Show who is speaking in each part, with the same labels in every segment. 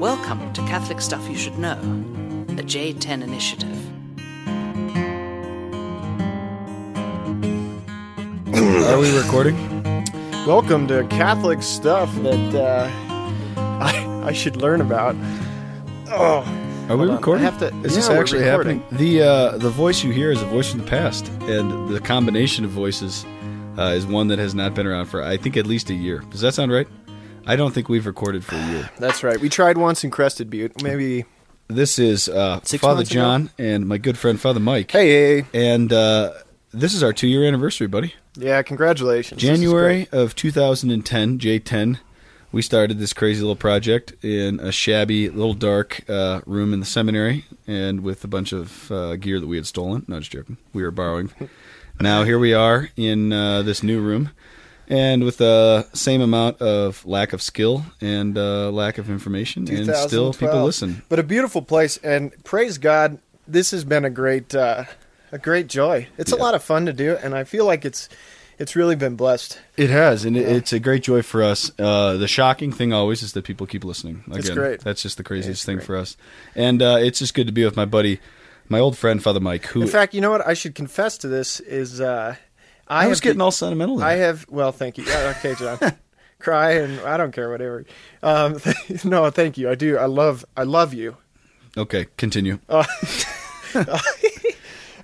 Speaker 1: Welcome to Catholic Stuff You Should Know, the J10 Initiative.
Speaker 2: Are we recording?
Speaker 3: Welcome to Catholic stuff that uh, I, I should learn about. Oh,
Speaker 2: Are we
Speaker 3: Hold on, I
Speaker 2: recording?
Speaker 3: have to-
Speaker 2: Is this
Speaker 3: yeah, we're
Speaker 2: actually
Speaker 3: recording.
Speaker 2: happening? The uh, the voice you hear is a voice from the past, and the combination of voices uh, is one that has not been around for I think at least a year. Does that sound right? I don't think we've recorded for a year.
Speaker 3: that's right. We tried once in Crested Butte. Maybe.
Speaker 2: This is uh,
Speaker 3: Six
Speaker 2: Father
Speaker 3: months ago?
Speaker 2: John and my good friend Father Mike.
Speaker 3: Hey,
Speaker 2: and uh, this is our two year anniversary, buddy.
Speaker 3: yeah, congratulations. This is
Speaker 2: January of 2010, J10, we started this crazy little project in a shabby, little dark uh, room in the seminary, and with a bunch of uh, gear that we had stolen. No, just joking. We were borrowing. now here we are in uh, this new room, and with the same amount of lack of skill and uh, lack of information,
Speaker 3: great.
Speaker 2: and still people
Speaker 3: 2012.
Speaker 2: listen.
Speaker 3: But a beautiful place, and praise God, this has been a great uh, a great joy. It's a
Speaker 2: Yeah.
Speaker 3: lot of fun to do, and I feel like it's it's really been blessed.
Speaker 2: It has, and it, it's a great joy for us. Uh, the shocking thing always is that people keep listening. Again,
Speaker 3: It's great.
Speaker 2: That's just the craziest
Speaker 3: It's
Speaker 2: thing
Speaker 3: great.
Speaker 2: for us, and uh, it's just good to be with my buddy, my old friend Father Mike. Who
Speaker 3: In fact, you know what? I should confess to this is uh,
Speaker 2: I,
Speaker 3: I,
Speaker 2: was
Speaker 3: have
Speaker 2: getting
Speaker 3: be-
Speaker 2: all sentimental. there.
Speaker 3: I have. Well, thank you. Yeah, Okay, John. Cry and I don't care whatever. Um, no, thank you. I do. I love. I love you.
Speaker 2: okay, continue.
Speaker 3: Oh.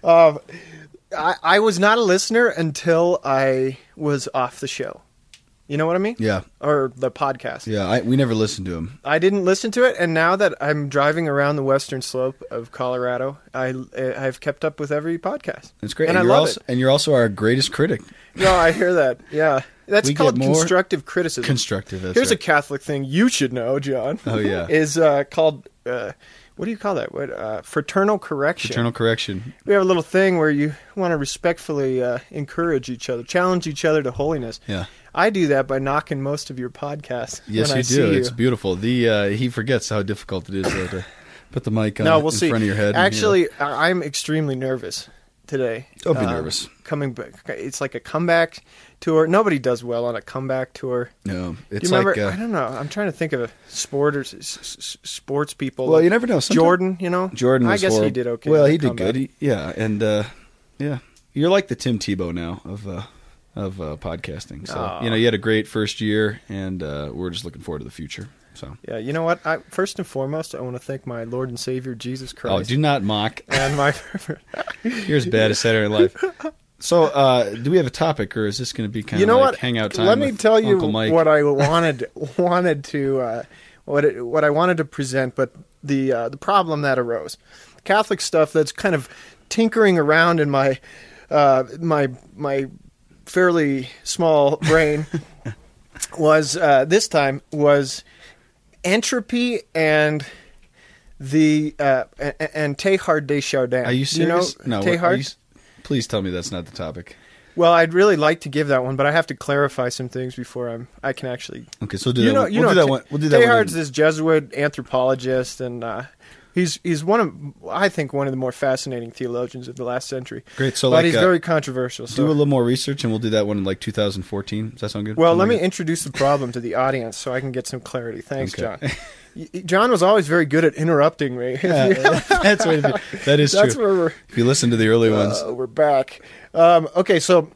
Speaker 3: I, I was not a listener until I was off the show. You know what I mean?
Speaker 2: yeah,
Speaker 3: Or the podcast.
Speaker 2: yeah. I, we never listened to him.
Speaker 3: I didn't listen to it, and now that I'm driving around the western slope of Colorado, I I've kept up with every podcast.
Speaker 2: It's great,
Speaker 3: and, I
Speaker 2: you're
Speaker 3: love
Speaker 2: also, And you're also our greatest critic.
Speaker 3: it. No, I hear that. Yeah, that's
Speaker 2: We get
Speaker 3: called
Speaker 2: more
Speaker 3: constructive criticism.
Speaker 2: Constructive. That's
Speaker 3: Here's a
Speaker 2: right.
Speaker 3: Catholic thing you should know, John.
Speaker 2: Oh, yeah.
Speaker 3: is uh, called uh, what do you call that? What uh, fraternal correction?
Speaker 2: Fraternal correction.
Speaker 3: We have a little thing where you want to respectfully uh, encourage each other, challenge each other to holiness.
Speaker 2: Yeah.
Speaker 3: I do that by knocking most of your podcasts.
Speaker 2: Yes, you
Speaker 3: when I see
Speaker 2: do.
Speaker 3: You.
Speaker 2: It's beautiful. The uh, he forgets how difficult it is though, to put the mic on
Speaker 3: no, we'll
Speaker 2: in
Speaker 3: see.
Speaker 2: front of your head. and, you know.
Speaker 3: Actually, I- I'm extremely nervous today. Um,
Speaker 2: Don't be nervous.
Speaker 3: Coming back, it's like a comeback tour. Nobody does well on a comeback tour.
Speaker 2: no,
Speaker 3: Do
Speaker 2: it's
Speaker 3: you remember?
Speaker 2: like uh,
Speaker 3: I don't know. I'm trying to think of a sport or s- s- s- sports people.
Speaker 2: Well, you never know. Sometime-
Speaker 3: Jordan, you know,
Speaker 2: Jordan.
Speaker 3: I
Speaker 2: was
Speaker 3: guess he
Speaker 2: horrible.
Speaker 3: did okay.
Speaker 2: Well,
Speaker 3: in
Speaker 2: he
Speaker 3: the
Speaker 2: did
Speaker 3: comeback.
Speaker 2: good. He, yeah, and uh, yeah, you're like the Tim Tebow now of uh, of uh, podcasting. So
Speaker 3: Aw.
Speaker 2: you know, you had a great first year, and uh, we're just looking forward to the future. So, oh,
Speaker 3: Yeah, you know what? I, first and foremost, I want to thank my Lord and Savior Jesus
Speaker 2: oh,
Speaker 3: Christ
Speaker 2: do not mock.
Speaker 3: and my.
Speaker 2: You're as bad as Saturday Night Live. So, uh, do we have a topic, or is this going to be kind
Speaker 3: you know
Speaker 2: of like
Speaker 3: what?
Speaker 2: hangout time?
Speaker 3: Let me
Speaker 2: with
Speaker 3: tell you
Speaker 2: Uncle Mike?
Speaker 3: what I wanted wanted to uh, what it, what I wanted to present, but the uh, the problem that arose, Catholic stuff that's kind of tinkering around in my uh, my my fairly small brain was uh, this time was entropy and the uh, a- a- and Teilhard de Chardin.
Speaker 2: Are you
Speaker 3: Do
Speaker 2: serious?
Speaker 3: You
Speaker 2: no.
Speaker 3: know
Speaker 2: what- are
Speaker 3: Teilhard?
Speaker 2: you s- please tell me that's not the topic.
Speaker 3: Well, I'd really like to give that one, but I have to clarify some things before I'm I can actually.
Speaker 2: Okay, so we'll do that. one. we'll do that
Speaker 3: Te-
Speaker 2: one. We'll do that
Speaker 3: Teilhard's
Speaker 2: one.
Speaker 3: this Jesuit anthropologist, and uh, he's he's one of I think one of the more fascinating theologians of the last century.
Speaker 2: Great, so
Speaker 3: but
Speaker 2: like,
Speaker 3: he's
Speaker 2: uh,
Speaker 3: very controversial.
Speaker 2: Do a
Speaker 3: So.
Speaker 2: little more research, and we'll do that one in like 2014. Does that sound good?
Speaker 3: well, let
Speaker 2: Something
Speaker 3: me
Speaker 2: like-
Speaker 3: introduce the problem to the audience so I can get some clarity. Thanks,
Speaker 2: Okay.
Speaker 3: John. Y- y- John was always very good at interrupting me.
Speaker 2: that's what it is. that is
Speaker 3: That's
Speaker 2: true.
Speaker 3: where we're.
Speaker 2: If you listen to the early ones,
Speaker 3: Uh, we're back. Um, okay, so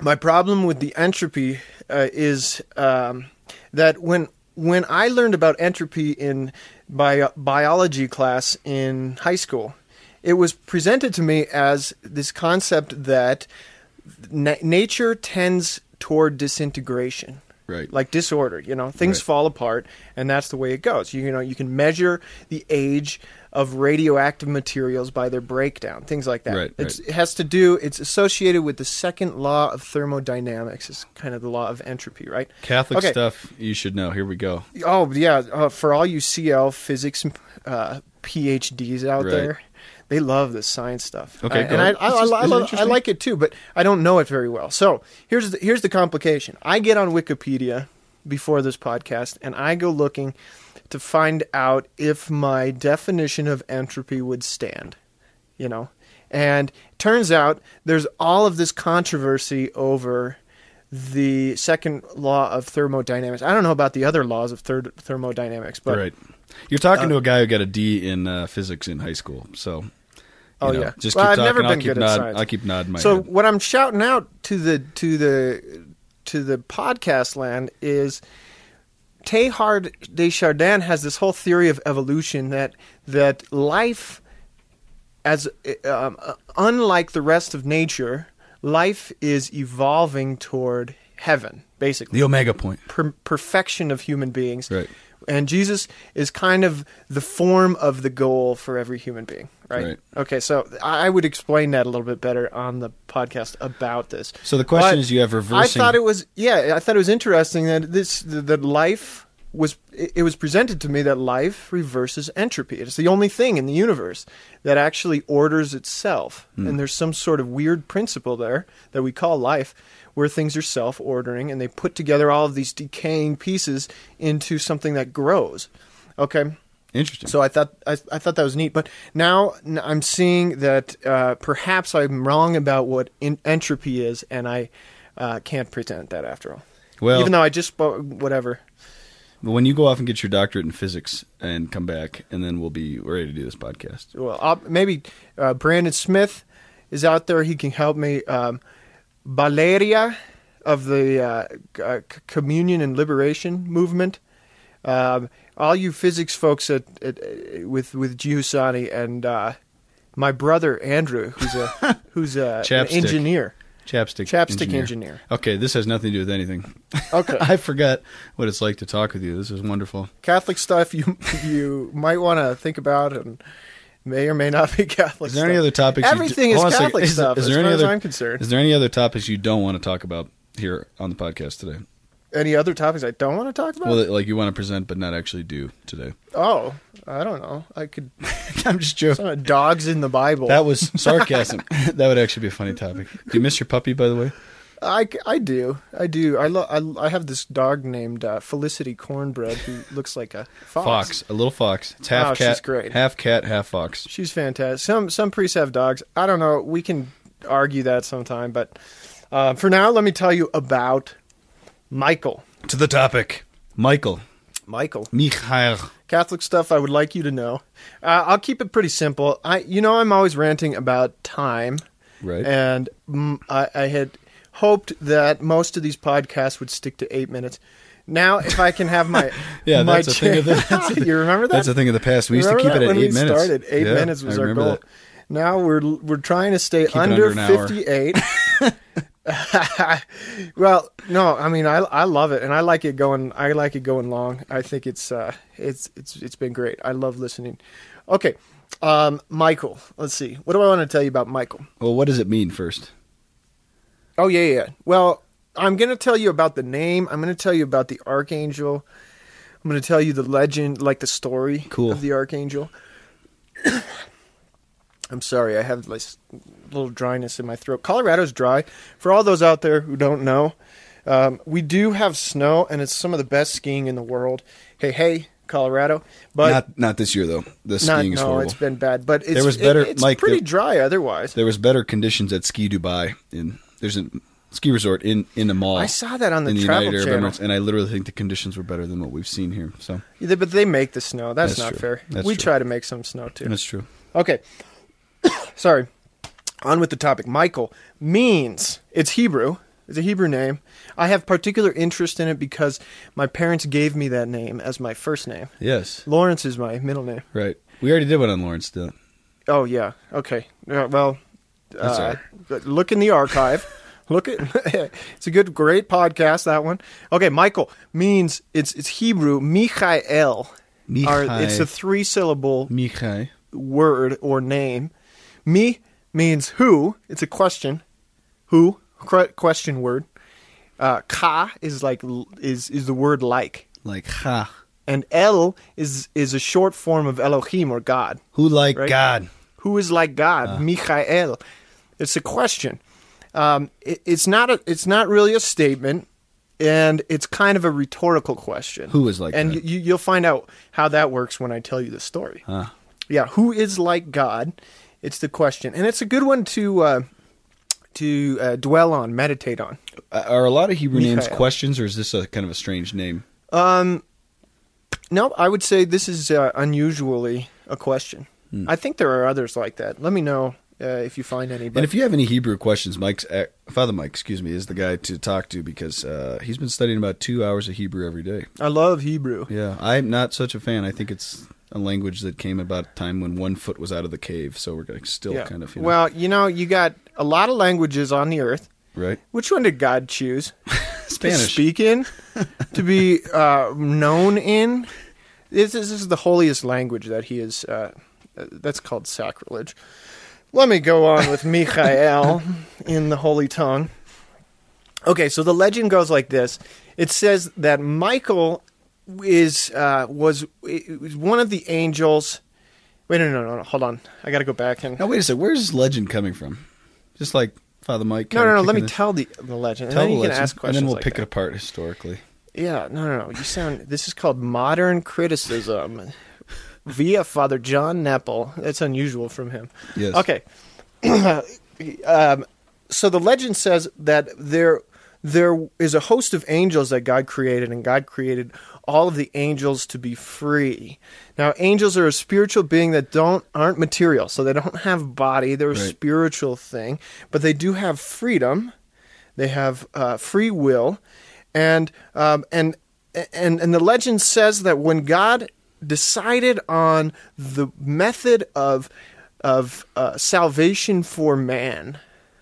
Speaker 3: my problem with the entropy uh, is um, that when when I learned about entropy in bio- biology class in high school, it was presented to me as this concept that na- nature tends toward disintegration
Speaker 2: right?
Speaker 3: like disorder you know things
Speaker 2: Right.
Speaker 3: fall apart and that's the way it goes you, you know you can measure the age of radioactive materials by their breakdown things like that
Speaker 2: Right,
Speaker 3: it's,
Speaker 2: right.
Speaker 3: it has to do it's associated with the second law of thermodynamics is kind of the law of entropy right
Speaker 2: Catholic
Speaker 3: Okay.
Speaker 2: stuff you should know. Here we go.
Speaker 3: oh yeah uh, for all you cl physics uh, phds out
Speaker 2: Right.
Speaker 3: there they love this science stuff
Speaker 2: Okay,
Speaker 3: I-
Speaker 2: go.
Speaker 3: and I, I,
Speaker 2: Is
Speaker 3: I,
Speaker 2: this-
Speaker 3: I
Speaker 2: is it
Speaker 3: lo- I
Speaker 2: interesting?
Speaker 3: like it too but i don't know it very well so here's the, here's the complication i get on wikipedia before this podcast and i go looking to find out if my definition of entropy would stand you know and turns out there's all of this controversy over the second law of thermodynamics i don't know about the other laws of third thermodynamics but
Speaker 2: right. You're talking
Speaker 3: Uh,
Speaker 2: to a guy who got a D in uh, physics in high school, so. you
Speaker 3: Oh,
Speaker 2: know,
Speaker 3: yeah.
Speaker 2: Just keep
Speaker 3: Well, I've
Speaker 2: talking.
Speaker 3: never
Speaker 2: I'll
Speaker 3: been
Speaker 2: keep
Speaker 3: good at
Speaker 2: nodding.
Speaker 3: science.
Speaker 2: I keep nodding my
Speaker 3: so
Speaker 2: head.
Speaker 3: what I'm shouting out to the to the to the podcast land is Teilhard de Chardin has this whole theory of evolution that that life as um, uh, unlike the rest of nature, life is evolving toward heaven, basically
Speaker 2: The omega point.
Speaker 3: per- perfection of human beings.
Speaker 2: Right.
Speaker 3: And Jesus is kind of the form of the goal for every human being, right?
Speaker 2: Right.
Speaker 3: Okay, so I I would explain that a little bit better on the podcast about this.
Speaker 2: So the question
Speaker 3: But
Speaker 2: is, you have reversing-
Speaker 3: I thought it was yeah, I thought it was interesting that this that life was it it was presented to me that life reverses entropy. It's the only thing in the universe that actually orders itself.
Speaker 2: Hmm.
Speaker 3: And there's some sort of weird principle there that we call life where things are self-ordering and they put together all of these decaying pieces into something that grows. Okay?
Speaker 2: Interesting.
Speaker 3: So I thought I, I thought that was neat, but now n- I'm seeing that uh, perhaps I'm wrong about what in- entropy is, and I uh, can't pretend that after all.
Speaker 2: Well-
Speaker 3: even though I just spoke, whatever.
Speaker 2: when you go off and get your doctorate in physics and come back, and then we'll be ready to do this podcast.
Speaker 3: Well, I'll, maybe uh, Brandon Smith is out there; he can help me. Um, Valeria of the uh, c- uh, c- Communion and Liberation Movement. Um, all you physics folks at, at, uh, with with Giussani and uh, my brother Andrew, who's a who's a an
Speaker 2: Chapstick.
Speaker 3: engineer.
Speaker 2: Chapstick.
Speaker 3: Chapstick engineer.
Speaker 2: Okay, this has nothing to do with anything.
Speaker 3: Okay.
Speaker 2: I forgot what it's like to talk with you. This is wonderful.
Speaker 3: Catholic stuff you you might want to think about and may or may not be Catholic.
Speaker 2: Is there any
Speaker 3: stuff.
Speaker 2: other topics? you
Speaker 3: Everything
Speaker 2: do-
Speaker 3: is
Speaker 2: Hold on a second.
Speaker 3: Catholic
Speaker 2: Is-
Speaker 3: stuff.
Speaker 2: Is,
Speaker 3: as
Speaker 2: there any
Speaker 3: far
Speaker 2: other?
Speaker 3: as I'm concerned.
Speaker 2: Is there any other topics you don't want to talk about here on the podcast today?
Speaker 3: any other topics I don't want to talk about?
Speaker 2: Well, that, like you want to present but not actually do today.
Speaker 3: oh, I don't know. I could
Speaker 2: I'm just joking.
Speaker 3: some of dogs in the Bible.
Speaker 2: That was sarcasm. that would actually be a funny topic. Do you miss your puppy, by the way?
Speaker 3: I, I do I do I love I, I have this dog named uh, Felicity Cornbread who looks like a fox.
Speaker 2: Fox, a little fox. It's half
Speaker 3: Oh, she's
Speaker 2: cat,
Speaker 3: great.
Speaker 2: half cat, half fox.
Speaker 3: She's fantastic. Some some priests have dogs. I don't know. We can argue that sometime, but uh, for now, let me tell you about Michael.
Speaker 2: To the topic, Michael,
Speaker 3: Michael.
Speaker 2: Michael.
Speaker 3: Catholic stuff I would like you to know. Uh, I'll keep it pretty simple. I, you know, I'm always ranting about time,
Speaker 2: Right.
Speaker 3: And mm, I, I had hoped that most of these podcasts would stick to eight minutes. Now, if I can have my
Speaker 2: Yeah,
Speaker 3: my
Speaker 2: that's a thing of the- that's a-
Speaker 3: you remember that?
Speaker 2: that's a thing of the past. We used to
Speaker 3: Remember
Speaker 2: keep
Speaker 3: that
Speaker 2: it at
Speaker 3: when
Speaker 2: eight
Speaker 3: we
Speaker 2: minutes.
Speaker 3: Started eight
Speaker 2: Yeah,
Speaker 3: minutes
Speaker 2: I
Speaker 3: was our
Speaker 2: remember
Speaker 3: goal.
Speaker 2: that.
Speaker 3: Now we're we're trying to stay
Speaker 2: it
Speaker 3: under,
Speaker 2: under an hour.
Speaker 3: 58. well, no, I mean I I love it and I like it going I like it going long. I think it's uh it's it's it's been great. I love listening. Okay. Um Michael, let's see. What do I want to tell you about Michael?
Speaker 2: Well, what does it mean first?
Speaker 3: Oh yeah, yeah. Well, I'm going to tell you about the name. I'm going to tell you about the archangel. I'm going to tell you the legend, like the story
Speaker 2: Cool.
Speaker 3: of the archangel. I'm sorry, I have this little dryness in my throat. Colorado's dry. For all those out there who don't know, um, we do have snow, and it's some of the best skiing in the world. Hey, hey, Colorado! But
Speaker 2: not not this year though. The
Speaker 3: not-
Speaker 2: skiing is
Speaker 3: no,
Speaker 2: horrible.
Speaker 3: it's been bad. But it's,
Speaker 2: There was
Speaker 3: it-
Speaker 2: better-
Speaker 3: it's
Speaker 2: Mike,
Speaker 3: pretty
Speaker 2: the-
Speaker 3: dry otherwise.
Speaker 2: There was better conditions at Ski Dubai. In there's a ski resort in in a mall.
Speaker 3: I saw that on the
Speaker 2: in
Speaker 3: Travel
Speaker 2: United
Speaker 3: Channel.
Speaker 2: Arab Emirates, and I literally think the conditions were better than what we've seen here. So
Speaker 3: Yeah, but they make the snow. That's,
Speaker 2: That's
Speaker 3: not
Speaker 2: true.
Speaker 3: fair.
Speaker 2: That's
Speaker 3: we
Speaker 2: true.
Speaker 3: try to make some snow too.
Speaker 2: that's true.
Speaker 3: Okay. Sorry. On with the topic. Michael means it's Hebrew. It's a Hebrew name. I have particular interest in it because my parents gave me that name as my first name.
Speaker 2: Yes.
Speaker 3: Lawrence is my middle name.
Speaker 2: Right. We already did one on Lawrence. Did
Speaker 3: Oh yeah. Okay. Uh, well,
Speaker 2: That's all
Speaker 3: uh,
Speaker 2: right.
Speaker 3: but look in the archive. look at it's a good, great podcast that one. Okay, Michael means it's it's Hebrew. Michael. Are- It's a
Speaker 2: Michael.
Speaker 3: three syllable
Speaker 2: Michai.
Speaker 3: word or name. Me means who. It's a question. Who Cre- question word. Uh, ka is like l- is is the word like,
Speaker 2: Like ha.
Speaker 3: and El is is a short form of Elohim or God.
Speaker 2: Who like
Speaker 3: Right?
Speaker 2: God?
Speaker 3: Who is like God?
Speaker 2: Uh-huh.
Speaker 3: Michael. It's a question. Um, it, it's not a, it's not really a statement, and it's kind of a rhetorical question.
Speaker 2: Who is like
Speaker 3: And
Speaker 2: God?
Speaker 3: You, you'll find out how that works when I tell you the story. Yeah, who is like God? It's the question, and it's a good one to uh, to uh, dwell on, meditate on.
Speaker 2: Uh, Are a lot of Hebrew names
Speaker 3: Michael.
Speaker 2: questions, or is this a kind of a strange name?
Speaker 3: No, Um, I would say this is uh, unusually a question.
Speaker 2: Hmm.
Speaker 3: I think there are others like that. Let me know uh, if you find any. But
Speaker 2: And if you have any Hebrew questions, Mike's uh, Father Mike, excuse me, is the guy to talk to because uh, he's been studying about two hours of Hebrew every day.
Speaker 3: I love Hebrew.
Speaker 2: Yeah, I'm not such a fan. I think it's a language that came about a time when one foot was out of the cave, so we're like still
Speaker 3: Yeah.
Speaker 2: kind of you know,
Speaker 3: Well, you know, you got a lot of languages on the earth.
Speaker 2: right.
Speaker 3: Which one did God choose? To
Speaker 2: Spanish.
Speaker 3: speak in? to be uh, known in? This, is- this is the holiest language that he is. Uh, uh, that's called sacrilege. Let me go on with Michael in the Holy Tongue. Okay, so the legend goes like this. It says that Michael is uh, was, was one of the angels. Wait, no, no, no, no. Hold on. I got to go back and
Speaker 2: Now wait a second. Where's this legend coming from? Just like Father Mike.
Speaker 3: no,
Speaker 2: kinda
Speaker 3: no, no. Let
Speaker 2: kicking
Speaker 3: me
Speaker 2: the-
Speaker 3: tell the, the legend.
Speaker 2: tell
Speaker 3: and
Speaker 2: the
Speaker 3: then you
Speaker 2: legend,
Speaker 3: can ask
Speaker 2: and
Speaker 3: questions.
Speaker 2: then we'll
Speaker 3: like
Speaker 2: pick
Speaker 3: that.
Speaker 2: it apart historically.
Speaker 3: Yeah, no, no, no. You sound. This is called modern criticism via Father John Nepple. That's unusual from him.
Speaker 2: Yes.
Speaker 3: Okay. um, so the legend says that there there is a host of angels that God created, and God created all of the angels to be free. Now, angels are a spiritual being that don't aren't material, so they don't have body. They're a
Speaker 2: Right.
Speaker 3: spiritual thing, but they do have freedom. They have uh, free will, and um, and and and the legend says that when God decided on the method of of uh, salvation for man,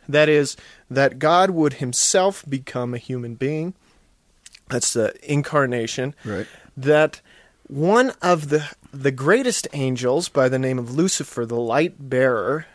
Speaker 3: that is, that God would Himself become a human being. That's the incarnation.
Speaker 2: Right.
Speaker 3: That one of the the greatest angels by the name of Lucifer, the light bearer,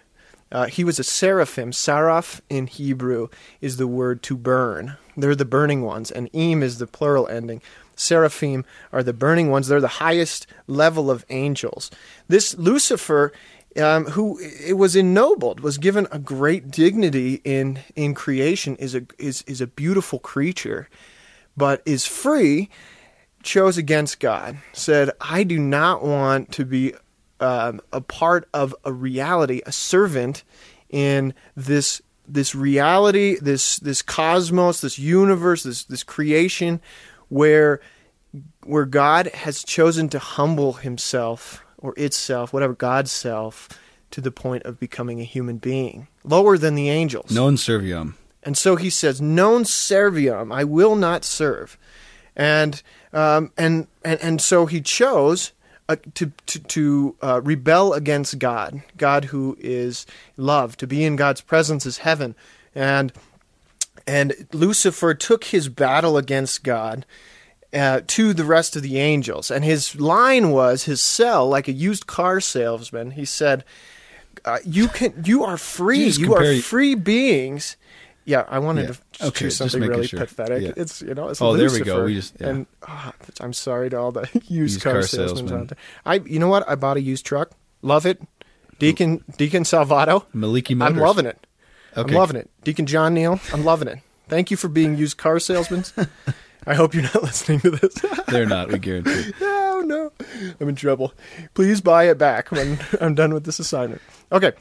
Speaker 3: uh, he was a seraphim. Saraf in Hebrew is the word to burn. They're the burning ones, and im is the plural ending. Seraphim are the burning ones. They're the highest level of angels. This Lucifer, um, who it was ennobled, was given a great dignity in in creation. is a is is a beautiful creature, but is free chose against God, said, I do not want to be um, a part of a reality, a servant in this this reality, this this cosmos, this universe, this this creation, where where God has chosen to humble himself or itself, whatever God's self, to the point of becoming a human being, lower than the angels.
Speaker 2: Non serviam.
Speaker 3: And so he says, "Non serviam, I will not serve," and um, and and and so he chose uh, to to, to uh, rebel against God, God who is love. To be in God's presence is heaven, and and Lucifer took his battle against God uh, to the rest of the angels. And his line was his sell, like a used car salesman. He said, uh, "You can, you are free.
Speaker 2: You just
Speaker 3: You are
Speaker 2: compare-
Speaker 3: free beings." Yeah, I wanted
Speaker 2: Yeah.
Speaker 3: to
Speaker 2: Okay, just
Speaker 3: choose something
Speaker 2: making
Speaker 3: really
Speaker 2: sure.
Speaker 3: pathetic.
Speaker 2: Yeah.
Speaker 3: It's you know, it's
Speaker 2: Oh, there we
Speaker 3: Lucifer.
Speaker 2: go. We just- yeah.
Speaker 3: and ah, I'm sorry to all the used, car,
Speaker 2: car
Speaker 3: salesmen
Speaker 2: salesman.
Speaker 3: out there. I, you know what? I bought a used truck. Love it, Deacon Deacon Salvato.
Speaker 2: Maliki
Speaker 3: I'm
Speaker 2: Motors.
Speaker 3: loving it.
Speaker 2: Okay.
Speaker 3: I'm loving it. Deacon John Neal, I'm loving it. Thank you for being used car salesmen. I hope you're not listening to this.
Speaker 2: They're not, we guarantee.
Speaker 3: oh no. I'm in trouble. Please buy it back when I'm done with this assignment. Okay.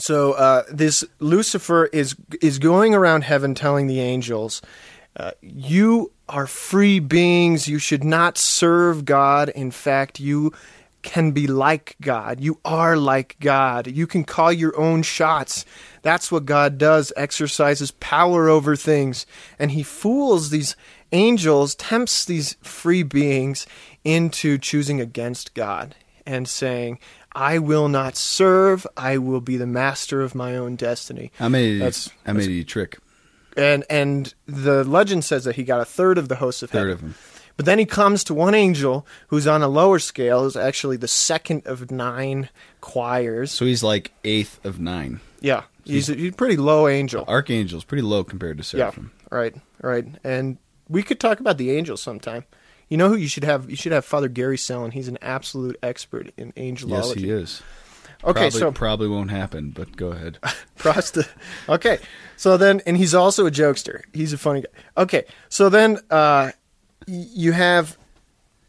Speaker 3: So uh, this Lucifer is is going around heaven telling the angels, uh, "You are free beings. You should not serve God. In fact, you can be like God. You are like God. You can call your own shots. That's what God does. Exercises power over things, and He fools these angels, tempts these free beings into choosing against God and saying." I will not serve. I will be the master of my own destiny.
Speaker 2: How many did
Speaker 3: That's-
Speaker 2: you, how many did you trick?
Speaker 3: And and the legend says that he got a third of the hosts of
Speaker 2: Third
Speaker 3: heaven.
Speaker 2: of them.
Speaker 3: But then he comes to one angel who's on a lower scale, who's actually the second of nine choirs.
Speaker 2: So he's like eighth of nine.
Speaker 3: Yeah, he's a, he's a pretty low angel.
Speaker 2: Archangel's pretty low compared to
Speaker 3: Yeah,
Speaker 2: Seraphim.
Speaker 3: right, right. And we could talk about the angels sometime. You know who you should have? You should have Father Gary Sellon. He's an absolute expert in angelology.
Speaker 2: Yes, he is.
Speaker 3: Okay,
Speaker 2: probably,
Speaker 3: so
Speaker 2: probably won't happen, but go ahead.
Speaker 3: Prosta. Okay. So then, and he's also a jokester. He's a funny guy. Okay. So then, uh, y- you have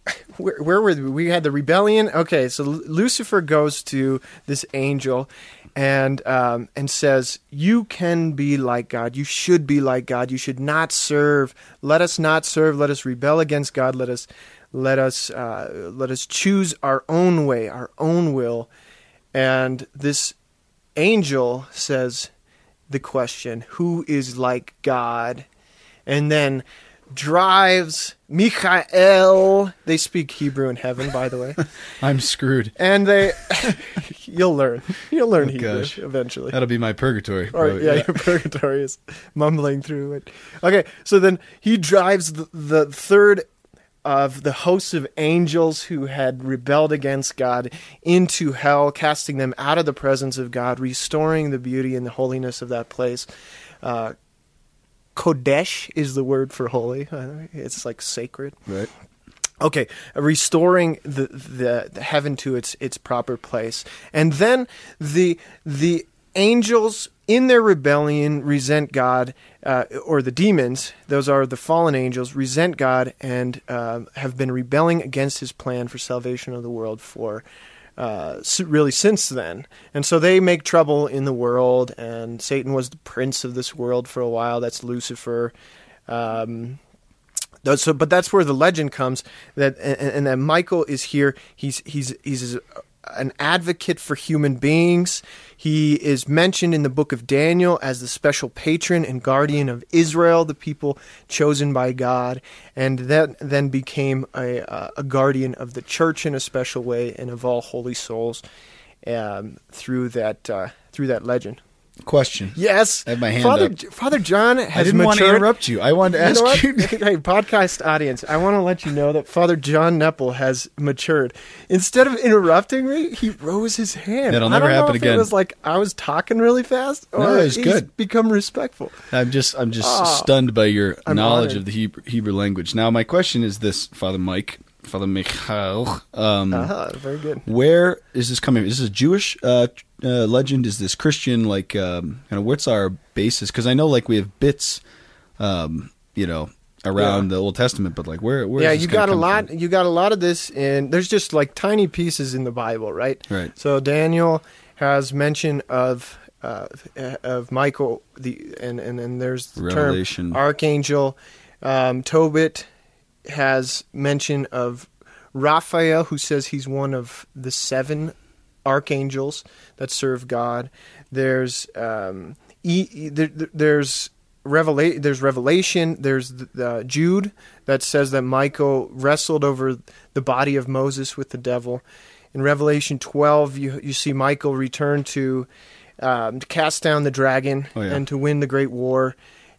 Speaker 3: where, where were we? we had the rebellion? Okay, so Lu- Lucifer goes to this angel and um, and says, "You can be like God. You should be like God. You should not serve. Let us not serve. Let us rebel against God. Let us let us uh, let us choose our own way, our own will." And this angel says the question, Who is like God? And then drives Michael. They speak Hebrew in heaven, by the way.
Speaker 2: I'm screwed.
Speaker 3: and they, you'll learn. You'll learn Hebrew
Speaker 2: gosh.
Speaker 3: eventually.
Speaker 2: That'll be my purgatory.
Speaker 3: Or,
Speaker 2: probably.
Speaker 3: yeah, your purgatory is mumbling through it. Okay, so then he drives the, the third of the hosts of angels who had rebelled against God into hell, casting them out of the presence of God, restoring the beauty and the holiness of that place. Uh, Kodesh is the word for holy. Uh, It's like sacred.
Speaker 2: Right.
Speaker 3: Okay, restoring the, the the heaven to its its proper place, and then the the angels in their rebellion resent God, uh, or the demons. Those are the fallen angels resent God and um have been rebelling against His plan for salvation of the world for. Uh, s- really, since then, and so they make trouble in the world, and Satan was the prince of this world for a while. That's Lucifer, um, Th- So, but that's where the legend comes that and, and that Michael is here. He's he's he's an advocate for human beings. He is mentioned in the book of Daniel as the special patron and guardian of Israel, the people chosen by God, and that then became a uh, a guardian of the church in a special way and of all holy souls um, through that uh, through that legend.
Speaker 2: Question.
Speaker 3: Yes,
Speaker 2: I have my hand
Speaker 3: Father
Speaker 2: up.
Speaker 3: Father John has
Speaker 2: I didn't
Speaker 3: matured.
Speaker 2: want to interrupt you. I wanted to
Speaker 3: You know
Speaker 2: ask you.
Speaker 3: what? hey, podcast audience, I want to let you know that Father John Nepple has matured. Instead of interrupting me, he rose his hand.
Speaker 2: That'll
Speaker 3: I
Speaker 2: never
Speaker 3: don't know
Speaker 2: happen
Speaker 3: if
Speaker 2: again.
Speaker 3: It was like I was talking really fast, or
Speaker 2: No, it was
Speaker 3: he's
Speaker 2: good.
Speaker 3: become respectful.
Speaker 2: I'm just I'm just
Speaker 3: Oh,
Speaker 2: stunned by your
Speaker 3: I'm
Speaker 2: knowledge
Speaker 3: honored.
Speaker 2: of the Hebrew, Hebrew language. Now my question is this, Father Mike, Father Michael, um,
Speaker 3: Ah, very good.
Speaker 2: where is this coming? Is this a Jewish uh, uh, legend? Is this Christian? Like, um, you know, what's our basis? Because I know like we have bits, um, you know, around the
Speaker 3: Yeah.
Speaker 2: Old Testament, but like where? where is
Speaker 3: Yeah,
Speaker 2: this
Speaker 3: you
Speaker 2: kinda
Speaker 3: got a
Speaker 2: coming
Speaker 3: lot.
Speaker 2: from?
Speaker 3: You got a lot of this, and there's just like tiny pieces in the Bible, right?
Speaker 2: Right.
Speaker 3: So Daniel has mention of uh, of Michael the and and then there's the
Speaker 2: Revelation.
Speaker 3: term archangel. Um, Tobit has mention of Raphael, who says he's one of the seven archangels that serve God. There's um, e- e- there, there- there's Revela- there's revelation there's the, the jude that says that michael wrestled over the body of moses with the devil in revelation 12 you, you see michael return to, um, to cast down the dragon
Speaker 2: Oh, yeah.
Speaker 3: and to win the great war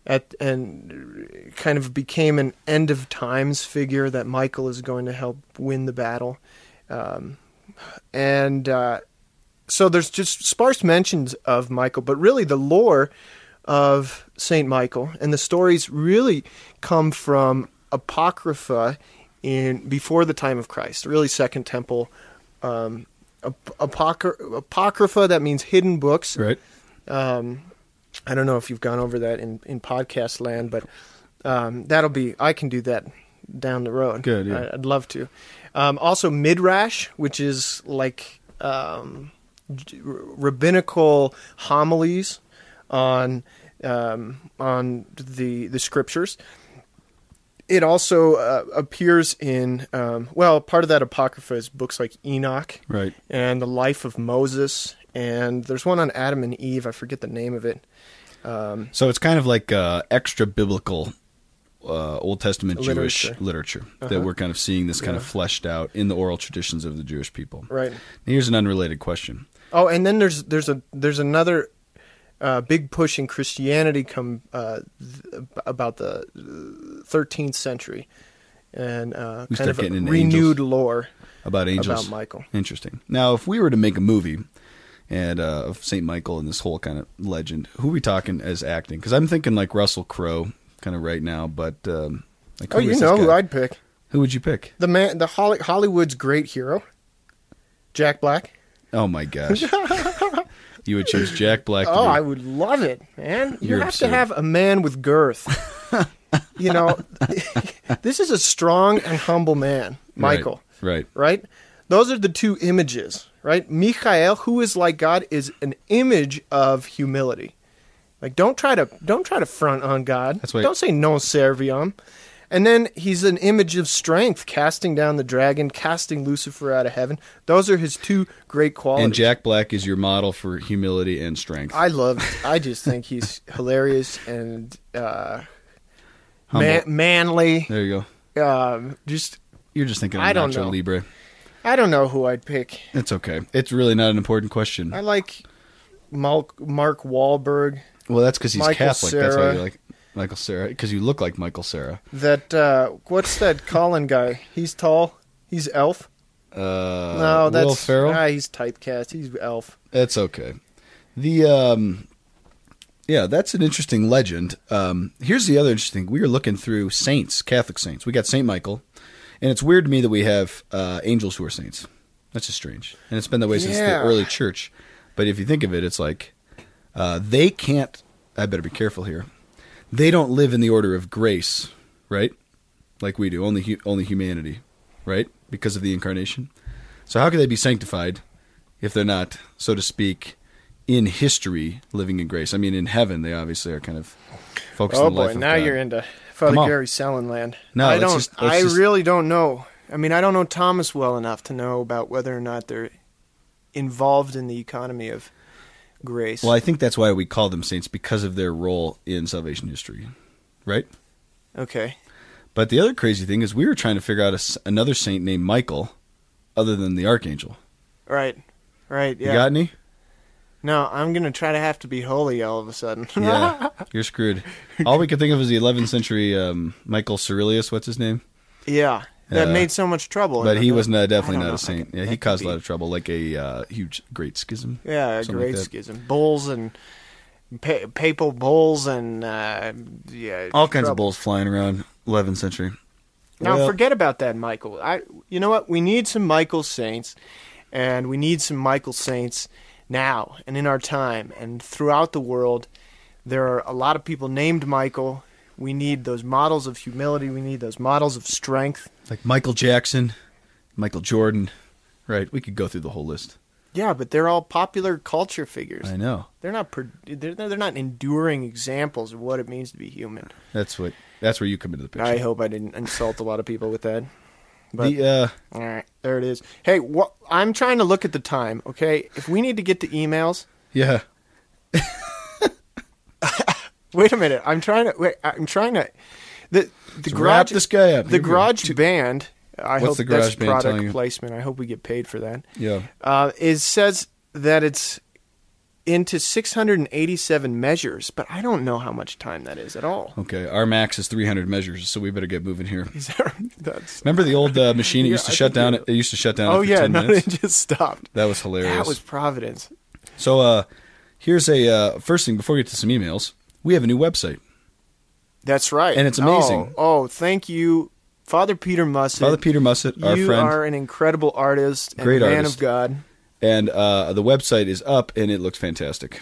Speaker 3: at, and kind of became an end of times figure that michael is going to help win the battle um, and uh, so there's just sparse mentions of Michael, but really the lore of Saint Michael and the stories really come from apocrypha in before the time of Christ, really Second Temple um, ap- apocry- apocrypha. That means hidden books.
Speaker 2: Right.
Speaker 3: Um, I don't know if you've gone over that in in podcast land, but um, that'll be I can do that down the road.
Speaker 2: Good, yeah.
Speaker 3: I, I'd love to. Um, also, midrash, which is like um, j- rabbinical homilies on um, on the the scriptures. It also uh, appears in um, well, part of that apocrypha is books like Enoch
Speaker 2: Right.
Speaker 3: and the life of Moses, and there's one on Adam and Eve. I forget the name of it. Um,
Speaker 2: So it's kind of like uh, extra biblical uh, Old Testament
Speaker 3: Literature.
Speaker 2: Jewish literature that
Speaker 3: Uh-huh.
Speaker 2: we're kind of seeing this kind of fleshed out in the oral traditions of the Jewish people.
Speaker 3: right.
Speaker 2: Here's an unrelated question.
Speaker 3: Oh, and then there's there's a there's another uh, big push in Christianity come uh, th- about the uh, 13th century, and uh,
Speaker 2: We start
Speaker 3: kind of a
Speaker 2: getting into
Speaker 3: renewed lore
Speaker 2: about angels.
Speaker 3: about Michael.
Speaker 2: Interesting. Now, if we were to make a movie and uh, of Saint Michael and this whole kind of legend, who are we talking as acting? Because I'm thinking like Russell Crowe, kind of right now. But um, like,
Speaker 3: Oh,
Speaker 2: who
Speaker 3: you
Speaker 2: is
Speaker 3: know
Speaker 2: this
Speaker 3: who
Speaker 2: guy?
Speaker 3: I'd pick
Speaker 2: Who would you pick?
Speaker 3: the man the Holly, Hollywood's great hero, Jack Black.
Speaker 2: Oh my gosh, you would choose Jack Black. to
Speaker 3: Oh,
Speaker 2: be-
Speaker 3: I would love it, man. You
Speaker 2: You're
Speaker 3: have
Speaker 2: absurd.
Speaker 3: to have a man with girth. you know, this is a strong and humble man, Michael.
Speaker 2: Right. Right.
Speaker 3: right? Those are the two images, right? Michael, who is like God, is an image of humility. Like don't try to don't try to front on God.
Speaker 2: That's why-
Speaker 3: don't say no serviam. And then he's an image of strength, casting down the dragon, casting Lucifer out of heaven. Those are his two great qualities.
Speaker 2: And Jack Black is your model for humility and strength.
Speaker 3: I love. I just think he's hilarious and uh, man,
Speaker 2: Humble.
Speaker 3: manly.
Speaker 2: there you go.
Speaker 3: Um, just
Speaker 2: You're just thinking. Of
Speaker 3: I don't
Speaker 2: Nacho
Speaker 3: know.
Speaker 2: Libre.
Speaker 3: I don't know who I'd pick.
Speaker 2: It's okay. It's really not an important question.
Speaker 3: I like Mark Mark Wahlberg.
Speaker 2: well, that's because he's
Speaker 3: Michael
Speaker 2: Catholic. That's why
Speaker 3: Cera.
Speaker 2: you like Michael Sarah because you look like Michael Sarah.
Speaker 3: That uh, what's that Colin guy? He's tall. He's elf.
Speaker 2: Uh,
Speaker 3: No, that's
Speaker 2: Will Ferrell.
Speaker 3: Ah, he's typecast. He's elf.
Speaker 2: That's okay. The um yeah, that's an interesting legend. Um here's the other interesting we were looking through saints, Catholic saints. We got Saint Michael. And it's weird to me that we have uh angels who are saints. That's just strange. And it's been that way since the
Speaker 3: Yeah.
Speaker 2: early church. But if you think of it, it's like uh they can't I better be careful here. They don't live in the order of grace, right? Like we do, only hu- only humanity, right? Because of the incarnation. So how could they be sanctified if they're not, so to speak, in history living in grace? I mean, in heaven, they obviously are kind of focused
Speaker 3: oh
Speaker 2: on the life
Speaker 3: boy,
Speaker 2: of
Speaker 3: now
Speaker 2: God.
Speaker 3: you're into Father
Speaker 2: Come on.
Speaker 3: Gary Sellenland.
Speaker 2: No,
Speaker 3: I
Speaker 2: let's
Speaker 3: don't.
Speaker 2: just- let's
Speaker 3: I
Speaker 2: just-
Speaker 3: really don't know. I mean, I don't know Thomas well enough to know about whether or not they're involved in the economy of grace.
Speaker 2: Well, I think that's why we call them saints because of their role in salvation history, right?
Speaker 3: okay,
Speaker 2: But the other crazy thing is we were trying to figure out a s another saint named Michael, other than the archangel.
Speaker 3: right, right, yeah.
Speaker 2: You got any?
Speaker 3: no, I'm gonna try to have to be holy all of a sudden.
Speaker 2: Yeah, you're screwed. All we could think of is the 11th century um, Michael Cerilius. What's his name?
Speaker 3: Yeah, that
Speaker 2: Uh,
Speaker 3: made so much trouble.
Speaker 2: But he was
Speaker 3: I
Speaker 2: not definitely
Speaker 3: don't
Speaker 2: not
Speaker 3: know.
Speaker 2: a saint.
Speaker 3: Okay,
Speaker 2: Yeah,
Speaker 3: that
Speaker 2: he
Speaker 3: could
Speaker 2: caused a
Speaker 3: be-
Speaker 2: lot of trouble, like a uh, huge great schism.
Speaker 3: Yeah, a
Speaker 2: Something like
Speaker 3: great
Speaker 2: that.
Speaker 3: schism. Bulls and pa- papal bulls and uh, yeah,
Speaker 2: All kinds of
Speaker 3: trouble.
Speaker 2: bulls flying around 11th century.
Speaker 3: Now
Speaker 2: Well-
Speaker 3: forget about that, Michael. I, you know what? We need some Michael Saints, and we need some Michael Saints now and in our time and throughout the world. There are a lot of people named Michael. We need those models of humility. We need those models of strength.
Speaker 2: like Michael Jackson, Michael Jordan, right? We could go through the whole list.
Speaker 3: Yeah, but they're all popular culture figures.
Speaker 2: I know.
Speaker 3: They're not. pro- They're, they're not enduring examples of what it means to be human.
Speaker 2: That's what. That's where you come into the picture.
Speaker 3: I hope I didn't insult a lot of people with that. But
Speaker 2: the uh,
Speaker 3: all right, there it is. Hey, wha- I'm trying to look at the time. Okay, if we need to get to emails,
Speaker 2: yeah,
Speaker 3: wait a minute. I'm trying to. Wait, I'm trying to. The the
Speaker 2: Just
Speaker 3: garage
Speaker 2: wrap this guy up.
Speaker 3: The
Speaker 2: Here we go.
Speaker 3: garage band. I
Speaker 2: What's
Speaker 3: hope
Speaker 2: the
Speaker 3: that's
Speaker 2: Garage Band telling
Speaker 3: product
Speaker 2: you?
Speaker 3: placement. I hope we get paid for that.
Speaker 2: yeah.
Speaker 3: Uh, it says that it's into 687 measures, but I don't know how much time that is at all.
Speaker 2: Okay, our max is 300 measures, so we better get moving here.
Speaker 3: Is there, that's
Speaker 2: Remember the old uh, machine? It
Speaker 3: Yeah,
Speaker 2: used to
Speaker 3: I
Speaker 2: shut
Speaker 3: think
Speaker 2: down.
Speaker 3: you're-
Speaker 2: It used to shut down.
Speaker 3: oh
Speaker 2: after
Speaker 3: yeah,
Speaker 2: 10
Speaker 3: no,
Speaker 2: minutes.
Speaker 3: it just stopped.
Speaker 2: that was hilarious.
Speaker 3: That was Providence.
Speaker 2: So uh, here's a uh, first thing before we get to some emails. We have a new website.
Speaker 3: That's right,
Speaker 2: And it's amazing.
Speaker 3: Oh, oh, thank you, Father Peter Musset.
Speaker 2: Father Peter Musset, our
Speaker 3: you
Speaker 2: friend,
Speaker 3: are an incredible artist and
Speaker 2: Great
Speaker 3: man
Speaker 2: artist.
Speaker 3: of God.
Speaker 2: and uh, the website is up and it looks fantastic.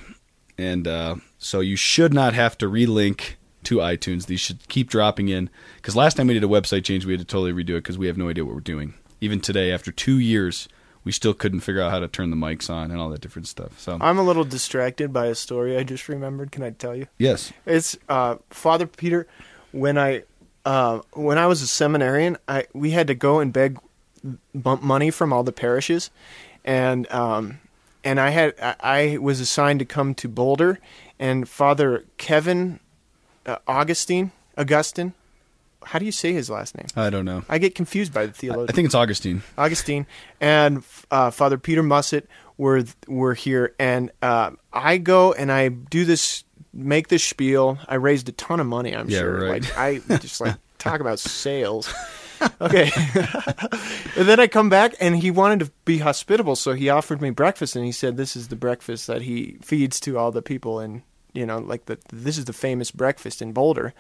Speaker 2: And uh, so you should not have to relink to iTunes. These should keep dropping in because last time we did a website change, we had to totally redo it because we have no idea what we're doing. Even today, after two years, we still couldn't figure out how to turn the mics on and all that different stuff. So
Speaker 3: I'm a little distracted by a story I just remembered. Can I tell you?
Speaker 2: yes,
Speaker 3: It's uh, Father Peter. When I uh, when I was a seminarian, I we had to go and beg bump money from all the parishes, and um, and I had I, I was assigned to come to Boulder, and Father Kevin uh, Augustine Augustine. How do you say his last name?
Speaker 2: I don't know.
Speaker 3: I get confused by the
Speaker 2: I
Speaker 3: theologian.
Speaker 2: think it's Augustine.
Speaker 3: Augustine and uh, Father Peter Musset were were here, and uh, I go and I do this, make this spiel. I raised a ton of money, I'm
Speaker 2: Yeah,
Speaker 3: sure.
Speaker 2: right.
Speaker 3: Like I just like talk about sales. Okay, and then I come back, and he wanted to be hospitable, so he offered me breakfast, and he said, "This is the breakfast that he feeds to all the people, and you know, like the this is the famous breakfast in Boulder."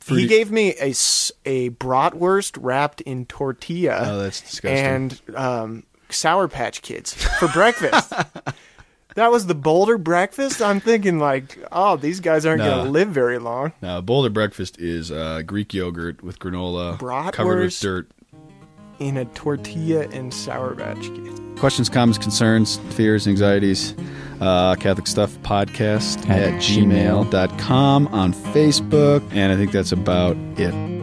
Speaker 2: Fruity-
Speaker 3: He gave me a, s- a bratwurst wrapped in tortilla
Speaker 2: Oh, that's disgusting.
Speaker 3: and um, Sour Patch Kids for breakfast. that was the Boulder breakfast. I'm thinking like, oh, these guys aren't
Speaker 2: Nah.
Speaker 3: gonna live very long.
Speaker 2: Now, Boulder breakfast is uh, Greek yogurt with granola, covered with
Speaker 3: Bratwurst?
Speaker 2: dirt.
Speaker 3: in a tortilla and sour batch cake.
Speaker 2: Questions, comments, concerns, fears, anxieties, uh, Catholic Stuff Podcast
Speaker 4: At
Speaker 2: at gmail.com on Facebook. And I think that's about it.